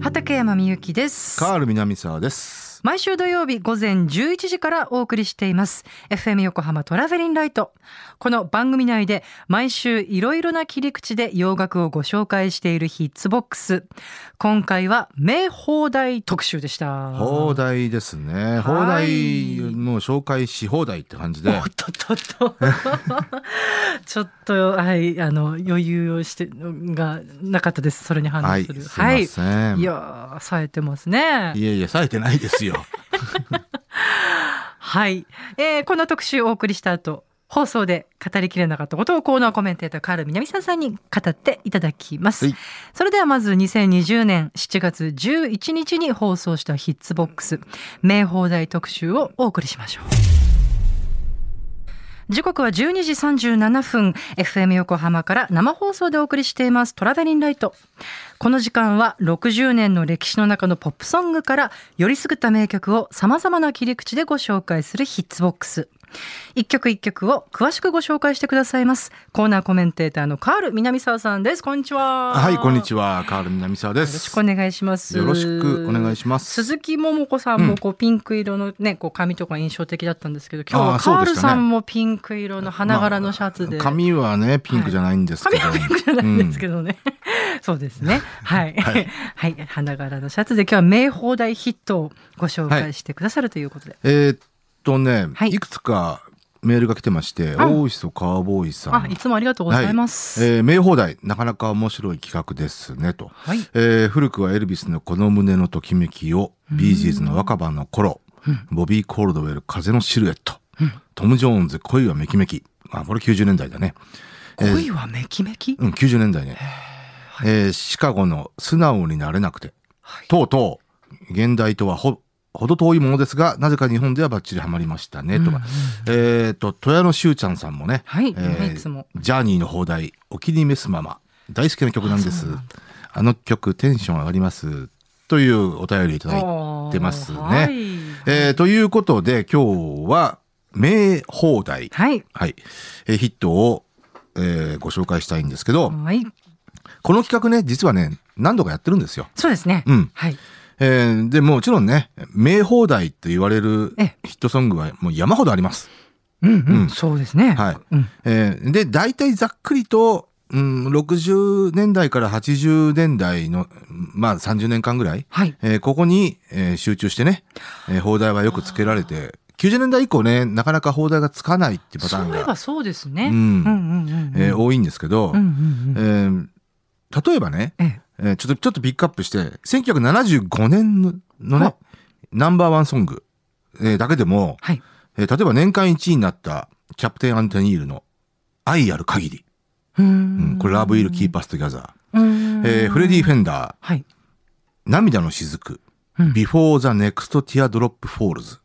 畠山みゆきですカール南沢です。毎週土曜日午前11時からお送りしています FM 横浜トラベリンライトこの番組内で毎週いろいろな切り口で洋楽をご紹介しているヒッツボックス今回は名放題特集でした放題ですね。放はい題の紹介し放題って感じでおっ。とっとっと ちょっとはいあの余裕をしてがなかったですそれには反応い、すすいるません。、はいいやー冴えてますねえいえ、冴えてないです よ。はい、えーこの特集をお送りした後放送で語りきれなかったことをコーナーコメンテーターカール南さんさんに語っていただきます、はいそれではまず2020年7月11日に放送したヒッツボックス名放題特集をお送りしましょう時刻は12時37分 FM 横浜から生放送でお送りしていますトラベリンライトこの時間は60年の歴史の中のポップソングからよりすぐった名曲を様々な切り口でご紹介するヒッツボックス。一曲一曲を詳しくご紹介してくださいます。コーナーコメンテーターのカール南沢さんです。こんにちは。はい、こんには。ちは。カール南沢でよろしす。くお願いします。よろしくお願いします。鈴木桃子さんもこうピンク色のね、こう髪とか印象的だったんですけど、今日あーはそカうーでルしたねさんもピンク色の花柄のシャツで。髪はね、ピンクじゃないんですけ髪ど。はピンクじゃないんですけどね。 そうですね。はい。ははいい、花柄のシャツで今日は名放題ヒットをご紹介してくださるということで。えーっとね、はいい、くつかメールが来てまして、あ大磯カーボーイさあ、いん。つもありがとうございます。はい。えー名放題、なかなか面白い企画ですね、と。えー古くはエルビスのこの胸のときめきを、ビージーズの若葉の頃、ボビー・コールドウェル風のシルエット、トム・ジョーンズ恋はめきめき。あ、これ90年代だね。えー恋はめきめき、うん、90年代ね。えーシカゴの素直になれなくて、はいとうとう、現代とはほ、ほど遠いものですが、なぜか日本ではバッチリハマりましたね、とか。えっ、と、富谷のしゅうちゃんさんもね、はいえーいつもジャーニーの放題、お気に召すまま、大好きな曲なんです。あの曲、テンション上がります。というお便りいただいてますね。あーはいえーということで、今日は、名放題。はい。はい。えーヒットを、えーご紹介したいんですけど、はい。この企画ね、実はね、何度かやってるんですよ。そうですね。うんはい。えーで、もちろんね、名放題って言われるえヒットソングはもう山ほどあります。うんうん。うんそうですね。はいうん。えーで、大体ざっくりと、うん、60年代から80年代の、まあ30年間ぐらい、はい。えーここに、えー集中してね、えー放題はよくつけられて、90年代以降ね、なかなか放題がつかないってパターンそういえがば、そうですね。うんうんうんうんうん。えー多いんですけど、うんうんうえん。ー例えばね、えええーちょっと、ちょっとピックアップして、1975年ののはね、ナンバーワンソング、えーだけでも、はい。えー例えば年間1位になったキャプテン・アンテニールの愛ある限り、ううんんこれ Love Will Keep Us Together、うんえーフレディ・フェンダー、はい。涙の雫、うん。 Before the Next Teardrop Falls、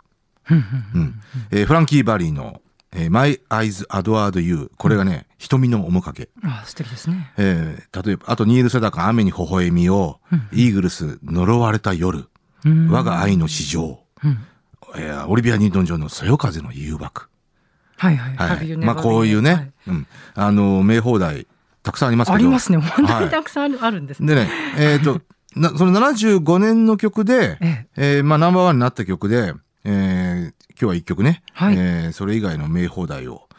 うんうんうんえーフランキー・バリーの、えー My Eyes Adored You、これがね、瞳の面影。あ素敵ですね。えー例えば、あとニール・セダカ雨に微笑みを、イーグルス呪われた夜、うん我が愛の史上、うんえーオリビア・ニントン・ジョンのそよ風の誘惑。はいはい。は Have you い。 never まあ、こういう been- はね、うん。あの、名放題、たくさんありますけど。ありますね。本当はにいたくさんあるあるんですね。でね、えっ、 と、な、その75年の曲で、ええーまあ、ナンバーワンになった曲で、えー今日は一曲ね、はいえーそれ以外の名放題を、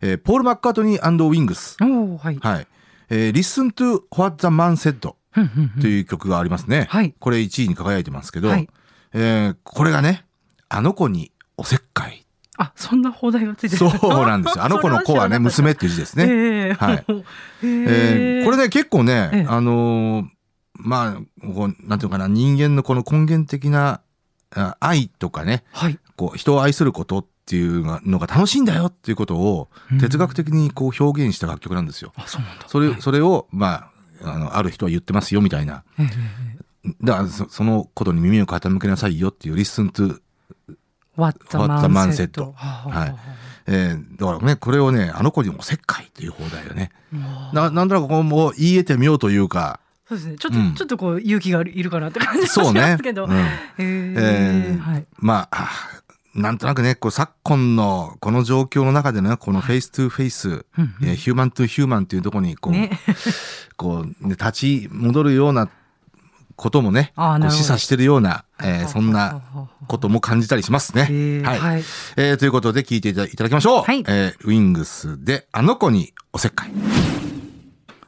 えーポール・マッカートニーウィングス、おーはい。はい、えー Listen to What the Man Said ふんふんふんという曲がありますね。はいこれ1位に輝いてますけど、はいえーこれがね、あの子におせっか い。あ、そんな放題がついてる。そうなん ですよ。あの子の子はね、それ娘っていう字です知らね。なかはった。いえええーこれで、ね、結構ね、ええあのーまあ、こうなんていうのかな、人間のこの根源的なあ愛とかね、はい。こう、人を愛することっていうのが楽しいんだよっていうことをうん、哲学的にこう表現した楽曲なんですよ。あ、そうなんだ。それはい、それを、まあ、あの、ある人は言ってますよみたいな。ええだからそ、そのことに耳を傾けなさいよっていう、listen to、 What the What the man man said. said はあはいえーだからね、これをね、あの子にもおせっかいという方だよね。もうな、なんとなくこう、もう言い得てみようという か、そうですね。ちょっうんと、ちょっとこう、勇気がいるかなって感じがしそうまねす。けどう。んええーーはい。まああー、なんとなくね、こう昨今のこの状況の中でね、このフェイストゥフェイス、うんえーヒューマントゥヒューマンっていうところにこう、ね。こう、ね、立ち戻るようなこともね、あーなるほこどう示唆してるような、えーそんなことも感じたりしますね。へーはい、はいえーということで聞いていただきましょう。はいえーウィングスで、あの子におせっかい。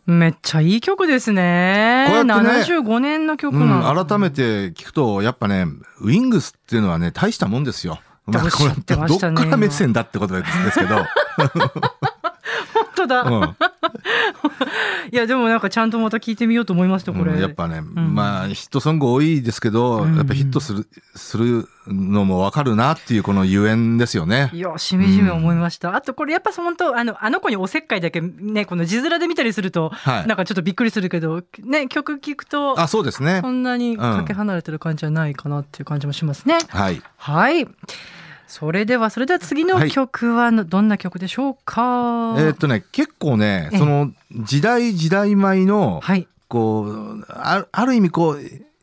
めっちゃいい曲ですね。こうやってね75年の曲うなんん、だ改めて聞くと、やっぱね、ウィングスっていうのはね、大したもんですよ。どうしちゃってましたねどっから目線だってことです けど、本当だ。ういんや、でもなんかちゃんとまた聞いてみようと思いました、これ。うんやっぱね、んまあヒットソング多いですけど、うんやっぱヒットするするのもわかるなっていうこのゆえんですよねい。や、しみじみ思いました。あと、これやっぱ本当、あの、あの子におせっかいだけね、この字面で見たりすると、はいなんかちょっとびっくりするけど、ね、曲聞くと、あそうですね そ。んなにかけ離れてる感じじゃないかなっていう感じもしますね。はい。はい。それでは、それでは次の曲はのどんな曲でしょうか、えーっとね結構ねええその時代時代前のはい。こうあある意味こう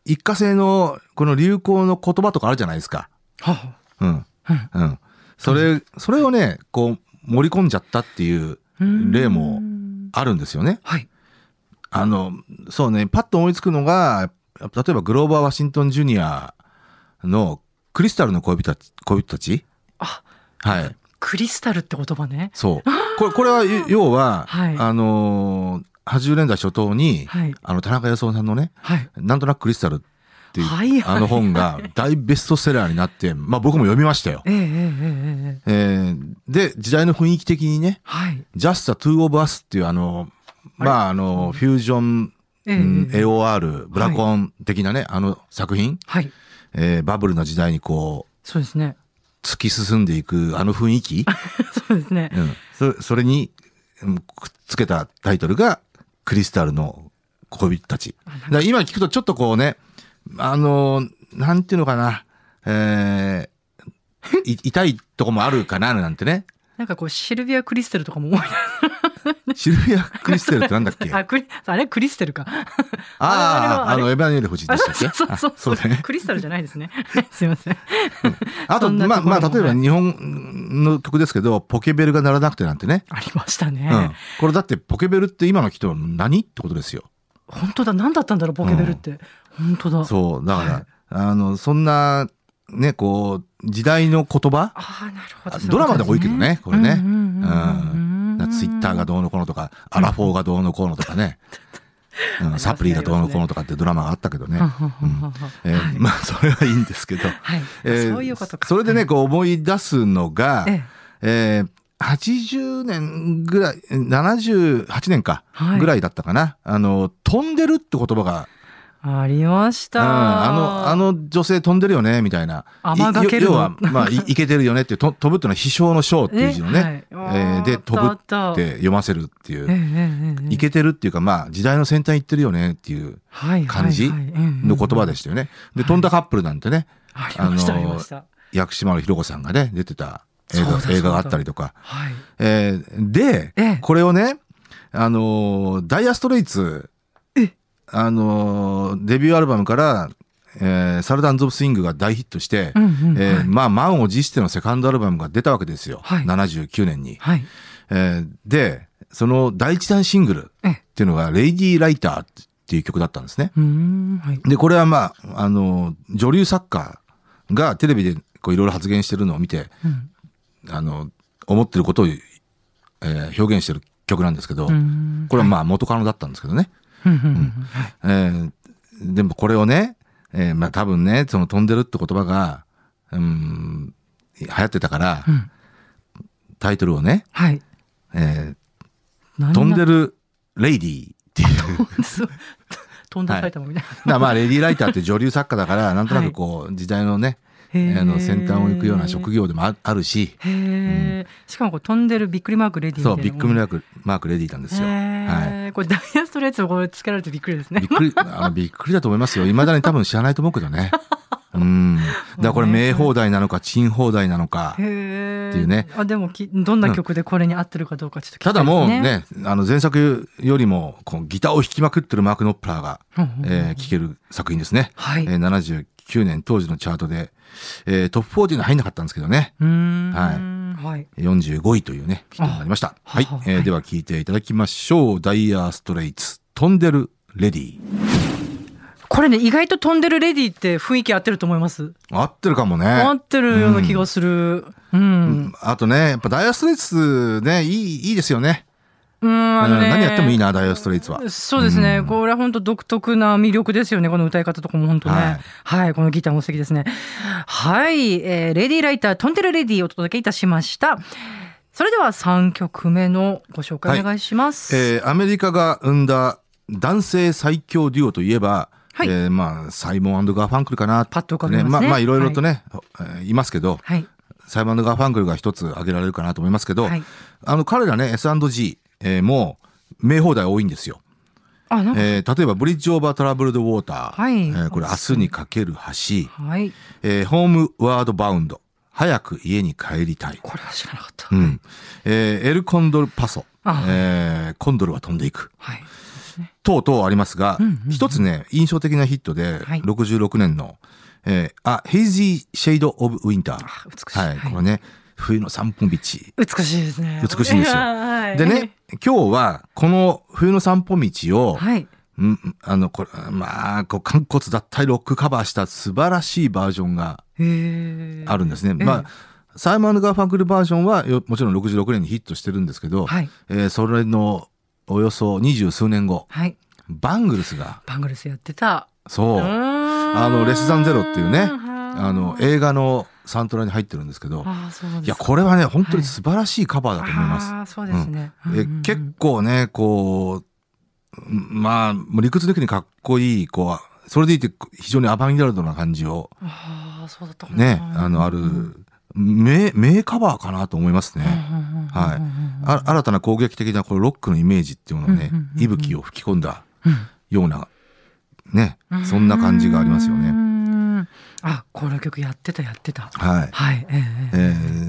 一過性のこの流行の言葉とかあるじゃないですか。はあうんうんうん。それそれをねこう盛り込んじゃったっていううん例もあるんですよね。はい。あの、そうね、パッと思いつくのが、例えばグローバー・ワシントン・ジュニアのクリスタルの恋人たち、恋人たちあ、はい。クリスタルって言葉ね。そう。これ、これは、要は、はいあのー、80年代初頭に、はい。あの、田中康夫さんのね、はい。なんとなくクリスタルっていう、はいはいあの本 が大ベストセラーになって、まあ僕も読みましたよ。えええええええええーで、時代の雰囲気的にね、はい。 Just the Two of Us っていうあの、まああの、フュージョンええうんええ AOR ブラコン的なね、あの作品、はい。えーバブルの時代にこそうですね。う突き進んでいくあの雰囲気、そうですね。うん、そそれにうんくっつけたタイトルが「クリスタルの恋人たち」だから今聞くとちょっとこうねあのーなんていうのかな、えーい 痛いとこもあるかななんてねなんかこう、シルビア・クリステルとかも思い出シルビア・クリステルってなんだっけあ、クリ、あれクリステルあか。あ、ああれの、エヴァニエル夫人でしたっけ そうそうそうあそうだね。クリスタルじゃないですね。 すいません。あと、そんなとまあ、ころまもあ、例えば日本の曲ですけど、ポケベルが鳴らなくてなんてね。ありましたね。うん。これだってポケベルって今の人は何ってことですよ。本当だ。何だったんだろう、ポケベルって。本当だ。そう。だから、はいあの、そんな、ね、こう、時代の言葉、ああ、なるほど。ドラマでも多いけどねそこううれねうんうんうんうんツイッターがどうのこうのとか、アラフォーがどうのこうのとかね、うんサプリがどうのこうのとかってドラマがあったけどねは。はは ははえーまあ、それはいいんですけ ど。はい。えーそういうことか。それでね、こう思い出すのが、えええー80年ぐらい、78年か、はいぐらいだったかな。あの、飛んでるって言葉が、ありましうんた。あの、あの女性飛んでるよね、みたいな。雨がけるいの要は、ま あ、いいけてるよねっていう、と飛ぶっていうのは飛翔の翔っていう字のね、ええはいーで、飛ぶあっったあったて読ませるっていええう、ええいけてるっていうか、まあ、時代の先端行ってるよねっていう感じの言葉でししたよね。うんで、飛んだカップルなんてね、た。ありました、ああのりました。薬師丸ひろ子さんがね、出てた映そうだそう画だ映画があったりとか。はい。えーで、ええこれをね、あのーダイアストレイツえ、あのーデビューアルバムから、えーサルダンズ・オブ・スイングが大ヒットして、うんうんえーはいまあ、満を持してのセカンドアルバムが出たわけですよ。はい79年に、はい。えーで、その第一弾シングルええっていうのが、レイディー・ライターっていう曲だったんですね。うーん、はい。で、これはまあ、あのー女流作家がテレビでこういろいろ発言してるのを見て、うんあの、思ってることを、えー表現してる曲なんですけど、うーんこれはまあ元カノだったんですけどね。うんうんうんはいえーでもこれをね、えーまあ多分ね、その飛んでるって言葉が、うん、流行ってたから、うんタイトルをね、はい。えー何飛んでる。るレイディーっていう。そう飛んだ埼玉みたいだからまあレディーライターって女流作家だから、なんとなくこう、時代のね、な。あの先端を行くような職業。業でもああるし、へえ。しかもこう飛んでるびっくりマークレディみたそ、いうなビッグマーク、マークレディーなんですよ。はい。へえ。これダイヤストレートこれつけられてびっくりですねびっ。くり、あのびっくりだと思いますよ。未だに多分知らないと思うけどね。うん。だからこれ名放題なのか、珍放題なのか。へえ。っていうねあでもきどんな曲でこれに合ってるかどうかちょっと聞きたいだもうです。ね、あの前作よりも、こうギターを弾きまくってるマーク・ノップラーが、うんうんえー聴ける作品ですね。はい。えー79年当時のチャートで、えートップ40には入んなかったんですけどね。うーん。はいはい。 45位というね、ヒットになりました。あはいはあ。えはーいでは聴いていただきましょう。ダイヤー・ストレイツ、飛んでる・レディー。これね意外と飛んでるレディって雰囲気合ってると思います合ってるかもね。合ってるような気がするうん、うんあとね、やっぱダイアストレイツね、いい、いいですよね。あのねうん何やってもいいな、ダイアストレイツは。そうですね、うんこれは本当独特な魅力ですよね、この歌い方とかも本当ね。ははいい、このギターも素敵ですね。はい、えーレディーライター、トンテルレディーをお届けいたしました。それでは3曲目のご紹介お願いします。えーアメリカが生んだ男性最強デュオといえば、はいえーまあ、サイモンガーファンクルかな。パッと浮かびますねまあ、まあ、いろいろとね、えーいますけど、はい、サイモンガーファンクルが一つ挙げられるかなと思いますけど、はいあの、彼らね、S&G、えーもう、名放題多いんですよ。あ なんか、えー例えば、ブリッジ・オーバー・トラブルド・ウォーター。はいえーこれ、明日にかける橋。はい、えーホーム・ワード・バウンド。早く家に帰りたい。これは知らなかった。うん。えーエル・コンドル・パソ。あえーコンドルは飛んでいく。はい、等々ありますが、一つね、印象的なヒットで、はい66年の、えーあ、ヘイジー・シェイド・オブ・ウィンター。あ美しいはい、はいこれね、冬の散歩道。美しいですね。美しいんですよやはいでね、今日は、この冬の散歩道を、はい、うんあの、これ、まあ、こう、肝骨脱退ロックカバーした素晴らしいバージョンがえーあるんですね。ええまあ、サイモンガーファンクルバージョンはよもちろん66年にヒットしてるんですけど、はい、えーそれのおよそ二十数年後、はい、バングルスが、バングルスやってた。そう、ああの、レス・ザン・ゼロっていうね、ああの、映画のサントラに入ってるんですけど、あーそうなんいですや、かこれはね、本当に素晴らしいカバーだと思います。ああ、そうですね。うんえうんうん結構ね、こう、うんまあ、もう理屈的にかっこいい、こう、それでいて非常にアバンギャルドな感じをああ、そうだったかなね、あの、ある、名、名カバーかなと思いますね。ははいあ新たな攻撃的なこのロックのイメージっていうのをねうんうんうんうん息吹を吹き込んだい。ようなねうんそんな感じがありますようね。んあ、この曲やってた、やってた。はいはい。えええ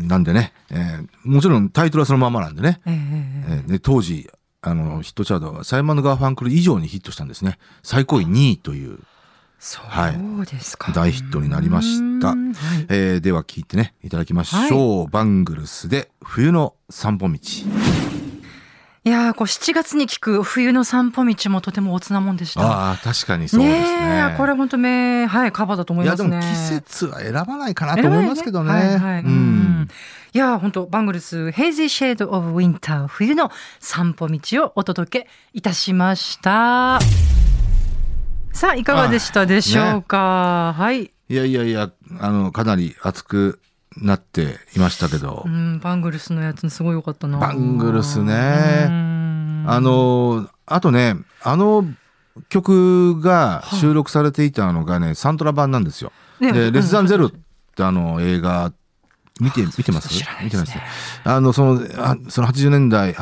ーなんでね、えーもちろんタイトルはそのままなんでね、ええええええーで当時あのヒットチャートはサイモン・ガーファンクル以上にヒットしたんですね最高位2位という、そうですか。大ヒットになりましたうんはいえーでは聞いてねいただきましょう、バングルスで「冬の散歩道」いやー、こう7月に聞く冬の散歩道もとてもおつなもんでした。ああ確かにそうですねえこれ本当めはいカバーだと思いいやますでね。も季節は選ばないかなと思いますけどね。はいはい、ううんんいやー本当バングルス「ヘイジーシェード・オブ・ウィンター」冬の散歩道をお届けいたしましたさあいかがでしたでしょうか、はい、いやいやいや、あの、かなり熱くなっていましたけどう、ん、バングルスのやつすごい良かったなバングルスねうんあの、あとね、あの曲が収録されていたのがね、サントラ版なんですよ。ねで、レス・ザン・ゼロっうんてあの映画、見て、見てます知らない見でてすまねすあの、その、あその80年代、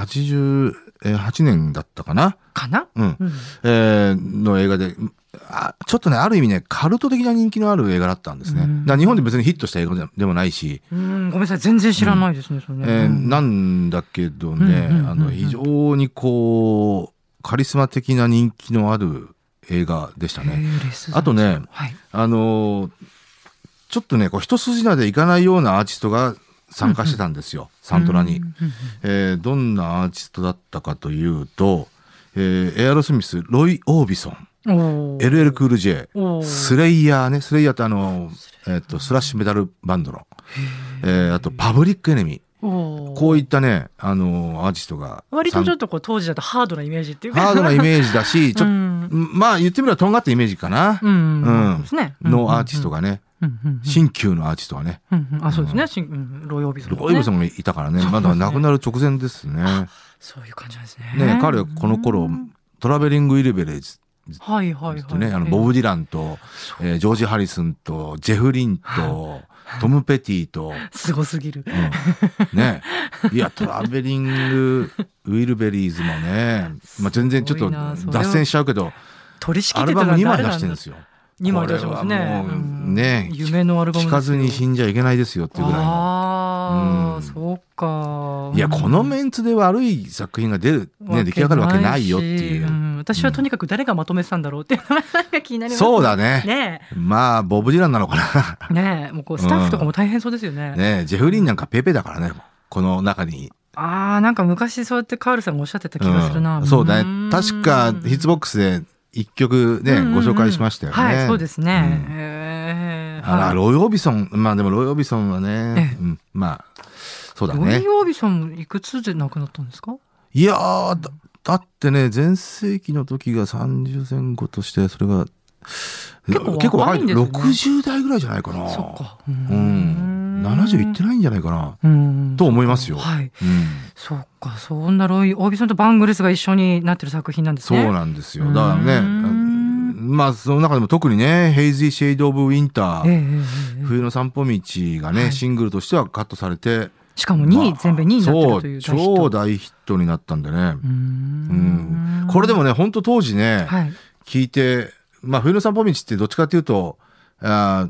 88年だったかなかな、うんう。んえーの映画で、あちょっとね、ある意味ね、カルト的な人気のある映画だったんですね。うだんから日本で別にヒットした映画ででもないし、うん、ごめんなさい全然知らないですね、それね、えーうんなんだけどうんうんうんうねんあの非常にこうカリスマ的な人気のある映画でしたね。へーレスザンあとねはいあのーちょっとねこう一筋縄でいかないようなアーティストが参加してたんですよ、サントラにうんう。んうんえーどんなアーティストだったかというと、えーエアロスミスロイ・オービソンおー LL クール J おースレイヤーねスレイヤーってあの、えっとスラッシュメダルバンドの、えーあとパブリックエネミー。おーこういったね、あのアーティストが。割とちょっと。とこう当時だとハードなイメージっていうかハードなイメージだし、ちょっと、 うんまあ言ってみればとんがったイメージかな。うんうんですねのアーティストががね、新新旧のアーティストがね、あそうですね新うんロイオービソンロイブさンんがいたからね、まだ亡くなる直前ですね。そういう感じなんですねね彼はこの頃、トラベリング・イルベレージはいはいってはいね、あの、ボブ・ディランと、えージョージ・ハリスンと、ジェフ・リンと、トム・ペティと、すごすぎるうんねいやトラベリングウィルベリーズも ね、まあ、全然ちょっすごといなそれは脱線しちゃうけど取り仕切アってルたバらム誰2枚なんだ出してるんですよ。二枚出してますこれはねもううんね夢のアルバム聞かずに死んんじゃいけないですよっていうぐらいの。ああうんそうかいやこのメンツで悪い作品が出る、ね、出来上がるわけないよっていわけなしう。ん私はとにかく誰がまとめてたんだろうっていうのがなんか気になりますそうだねねまあボブ・ディランなのかな。えねえもうこうスタッフとかも大変そうですよ ねねジェフ・リンなんかペーペーだからねこの中に。ああ、なんか昔そうやってカールさんがおっしゃってた気がするな。うんそうだーんね確かヒッツボックスで一曲ね、うんうんうんご紹介しましたよね。はい、そうですね。うんへーあ ら、はいロイ・オービソン。まあでもロイ・オービソンはね、えうん、まあ、そうだロねイ・。オービソンもいくつで亡くなったんですかいやーだ、だってね、全盛期の時が30前後として、それが、結構若いんですね結構若60代ぐらいじゃないかな。そっか。うん。70いってないんじゃないかな。うんと思いますよ。はい。うんそうか、そんなロイ・オービソンとバングルスが一緒になってる作品なんですそうね。なんですよ。だからね、うーんまあその中でも特にね、ヘイズイ・シェイド・オブ・ウィンタええー、ええええ冬の散歩道がね、はいシングルとしてはカットされて、しかも2位、まあ全米2位になってるというそう超大ヒット大ヒットになったんでねう。ーんこれでもね、本当当時ね、はい。聞いて、まあ冬の散歩道ってどっちかっていうと、あー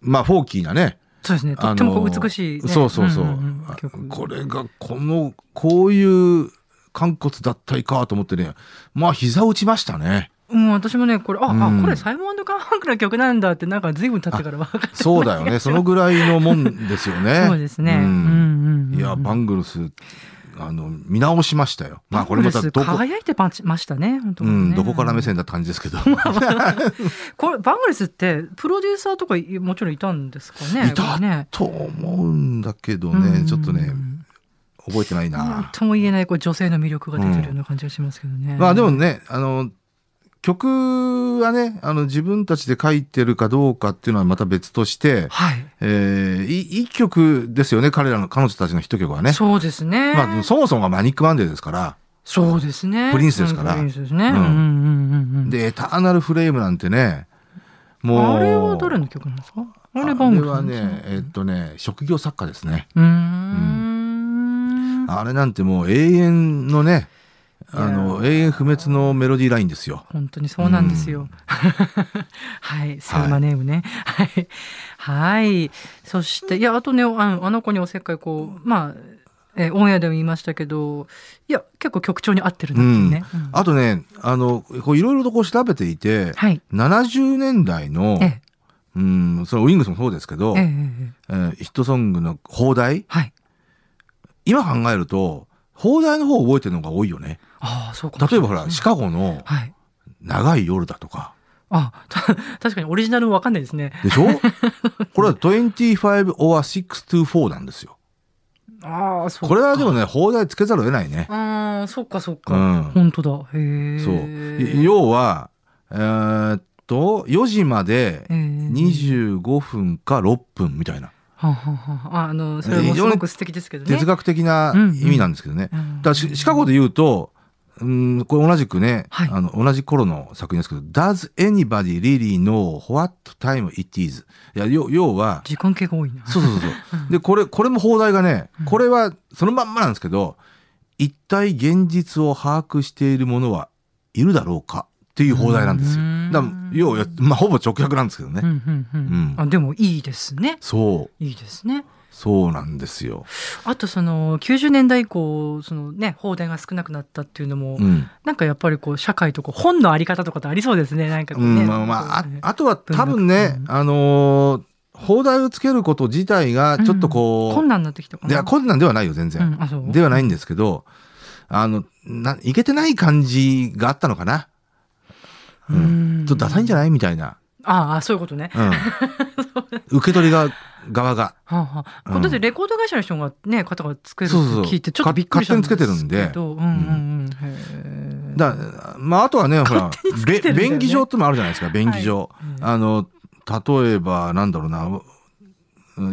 まあフォーキーなね、そうですね。とってもこう美しいね。そうそうそう、んんうんあ曲これがこのこういう肝骨脱退かと思ってねまあ膝打ちましたねうん、私もね、これ、あ、うんあ、これサイモンカーファンクの曲なんだって、なんか随分経ってから分かった。そうだよ ねそのぐらいのもんですよねそうですね。ううんんうんういん。やバングルスあの見直しましたよまあここれれままたたどこ,、輝いてましたね、本当うにね、ん、どこから目線だって感じです けどこれ、バングルスって、プロデューサーとかいもちろんいたんですかね。いたこれね。と思うんだけどうんうんね、うんちょっとね覚えてないなんな、とも言えないこう女性の魅力が出てるような感じがしますけどね。まあでもねあの曲はねあの自分たちで書いてるかどうかっていうのはまた別として、はい。えー、いいい曲ですよね彼らの彼女たちのヒット曲はね、そうですね。まあ、そもそもがマニック・マンデーですから、そうですね。プリンスですからうんプリンスですね。ううんんうんうんうん。で「エターナル・フレーム」なんてねもうあれは誰の曲なんですかあれバンあれグルスなはんですかねえっとね職業作家ですねうーん。あれなんてもう永遠のねあの永遠不滅のメロディーラインですよ本当にそうなんですよ。 はい、セルマネームね。はい。はい。そして、いや、あとね、あのあの子におせっかい、こう、まあ、えーオンエアでも言いましたけど、いや、結構曲調に合ってるなっていうね。うんあとねあのこういろいろとこう調べていてはい。 70年代のええ、うんそのウィングスもそうですけど、えええええーヒットソングの放題はい。今考えると放題の方を覚えてるのが多いよねああ、そうか。例えばほらシカゴのはい。 「長い夜」だとかあ、た 確かにオリジナルわかんないですね。でしょこれ は25 or 624なんですよ。ああ、そうこれはでもね、放題つけざるを得ないね。ああ、そうか、そううか。ん。本当だ。へえ。そう。い要は、えーっと、4時までええ25分か6分みたいな。はあはあはあ、あの、それもすごく素敵ですけどね。哲学的な意味なんですけどね。うんだからシシカゴで言うと、うん、これ同じくね、はいあの同じ頃の作品ですけど、Does anybody really know what time it is? いや、要要は、時間系が多いな。そうそうそうそう。うんで、これ、これも放題がねうん、これはそのまんまなんですけど、一体現実を把握している者はいるだろうかっていう放題なんですようーん。だから要は、まあ、ほぼ直訳なんですけどうね。んうんううんん。あ、でもいいですね。そう、いいですね。そうなんですよ。あとその90年代以降、そのね、放題が少なくなったっていうのも、うん。なんかやっぱりこう、社会とこう、本のあり方とかってありそうですね。なんかこううね。ん、まあまあ、あこうねあとは多分文ね学、あのー放題をつけること自体がちょっとこ困難になってきたかう、な。いや、困難ではないよ、全う然。ん、あ、そう。ではないんですけど、あの、な、いけてない感じがあったのかな。うちょっとダサいんじゃないないみたいな。ああ、そういうことね。 うん、受け取りが側がはあはあ、こうれんだってレコード会社の人がね方が作るってそうそうそう聞いてちょっとびっくりしたんですけど勝手につけてるんでうんうんうんへえだまああとはねほら作っべてるんだよね便宜上ってのもあるじゃないですか便宜上、いあの例えばなんだろうな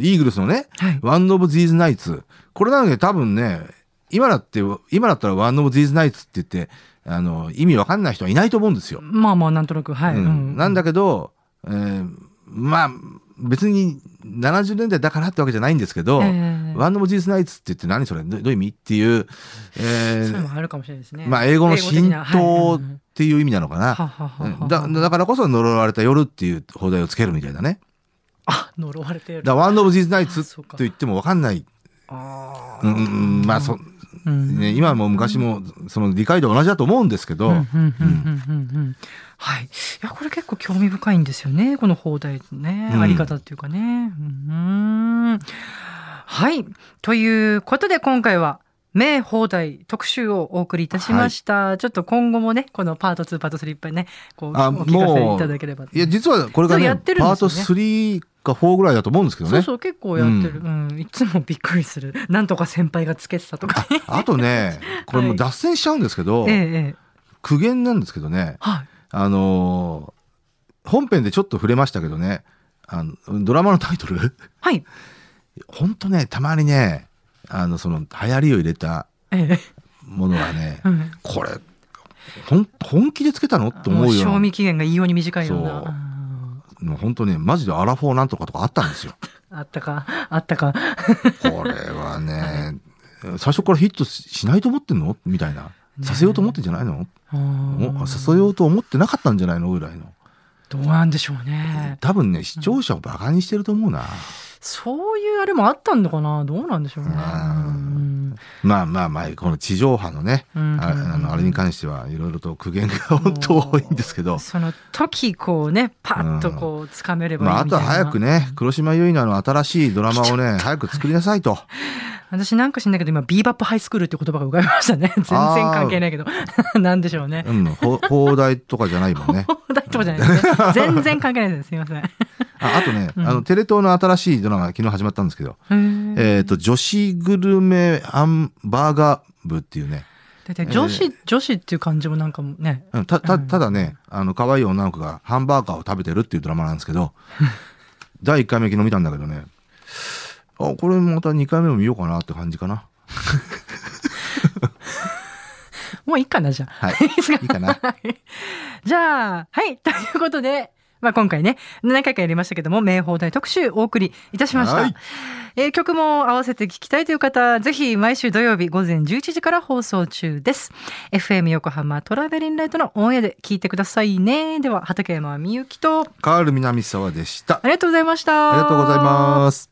イーグルスのねはい「One of These Nights」これなので多分ね今だって今だったら「One of These Nights」って言ってあの意味わかんない人はいないと思うんですよ。まあまあなんとなくはい、ううんん、なんだけけど、えーまあ別に70年代だからってわけじゃないんですけど、ワンドモジースナイツって言って何それどどういう意味っていう、えそれーもあるかもしれないですねまあ英語の浸透英語的なはいうんうんっていう意味なのかはな。ははうんはだだからこそ呪われた夜っていう放題をつけるみたいなね。あ呪われてるだワンドブジーズナイツあとそうか言ってもわかんない。あうんうんうんまあそ、ね、今も昔もその理解度同じだと思うんですけど、うんうんうんうんうんうんはい、いやこれ結構興味深いんですよねこの放題のね、うんあり方っていうかね。うんはいということで今回は名放題特集をお送りいたしました、ちょっと今後もねこのパート2パート3いっぱいねこうおあ聞かせいただければいや、実はこれがそうねやってるんパでーすよトね3か4ぐらいだと思うんですけどそうね。そう結構やってる、うんいつもびっくりするなんとか先輩がつけてたとかあと ね、これもう脱線しちゃうんですけど、ええええ苦言なんですけどね、はいあのー本編でちょっと触れましたけどね、あのドラマのタイトル、はいほんとね、たまにね、あの、その、流行りを入れたええものはね、うんこれ、ほん、本気でつけたのって思もううよ賞うな味期限がいいように短いようなそううんもう本当ね、マジでアラフォーなんとかとかあったんですよ。あったかあったかこれはね、最初からヒットしないと思ってんのみたいな。させようと思ってんじゃないの、うんおさせようと思ってなかったんじゃないのぐらいの。どうなんでしょうね多分ね、視聴者をバカにしてると思うな。そういうあれもあったのかなどうなんでしょうね。うんまあまあまあ、この地上波のね、うんああのあれに関してはいろいろと苦言が本当多いんですけうどん。その時こうねパッとこうつかめればいいまあ、あみとたはいな早くね、黒島結菜の新しいドラマを ね、早く作りなさいと。私なんか知んないけど今ビーバップハイスクールって言葉が浮かびましたね全然関係ないけど なんでしょうねうん、ほ放題とかじゃない もんね。 大丈夫じゃないですね全然関係ないですすみませんへああとね、あの、テレ東の新しいドラマが昨日始まったんですけど、ーえっ、と、女子グルメハンバーガー部っていうね、だって女子女子っていう感じもなんかもねうんた、た、ただね、あの、可愛い女の子がハンバーガーを食べてるっていうドラマなんですけ ど、第1回目昨日見たんだけどね、あ、これまた2回目も見ようかなって感じかな。もういいかなじゃあ はい。いいかな。じゃあ、はい、ということで、まあ、今回ね、何回かやりましたけども、名放題特集お送りいたしました。はいえー曲も合わせて聞きたいという方、ぜひ毎週土曜日午前11時から放送中です。FM 横浜トラベリンライトのオンエアで聞いてくださいね。では、畠山みゆきと、カール南沢でした。あありがとうございました。りがとうございます。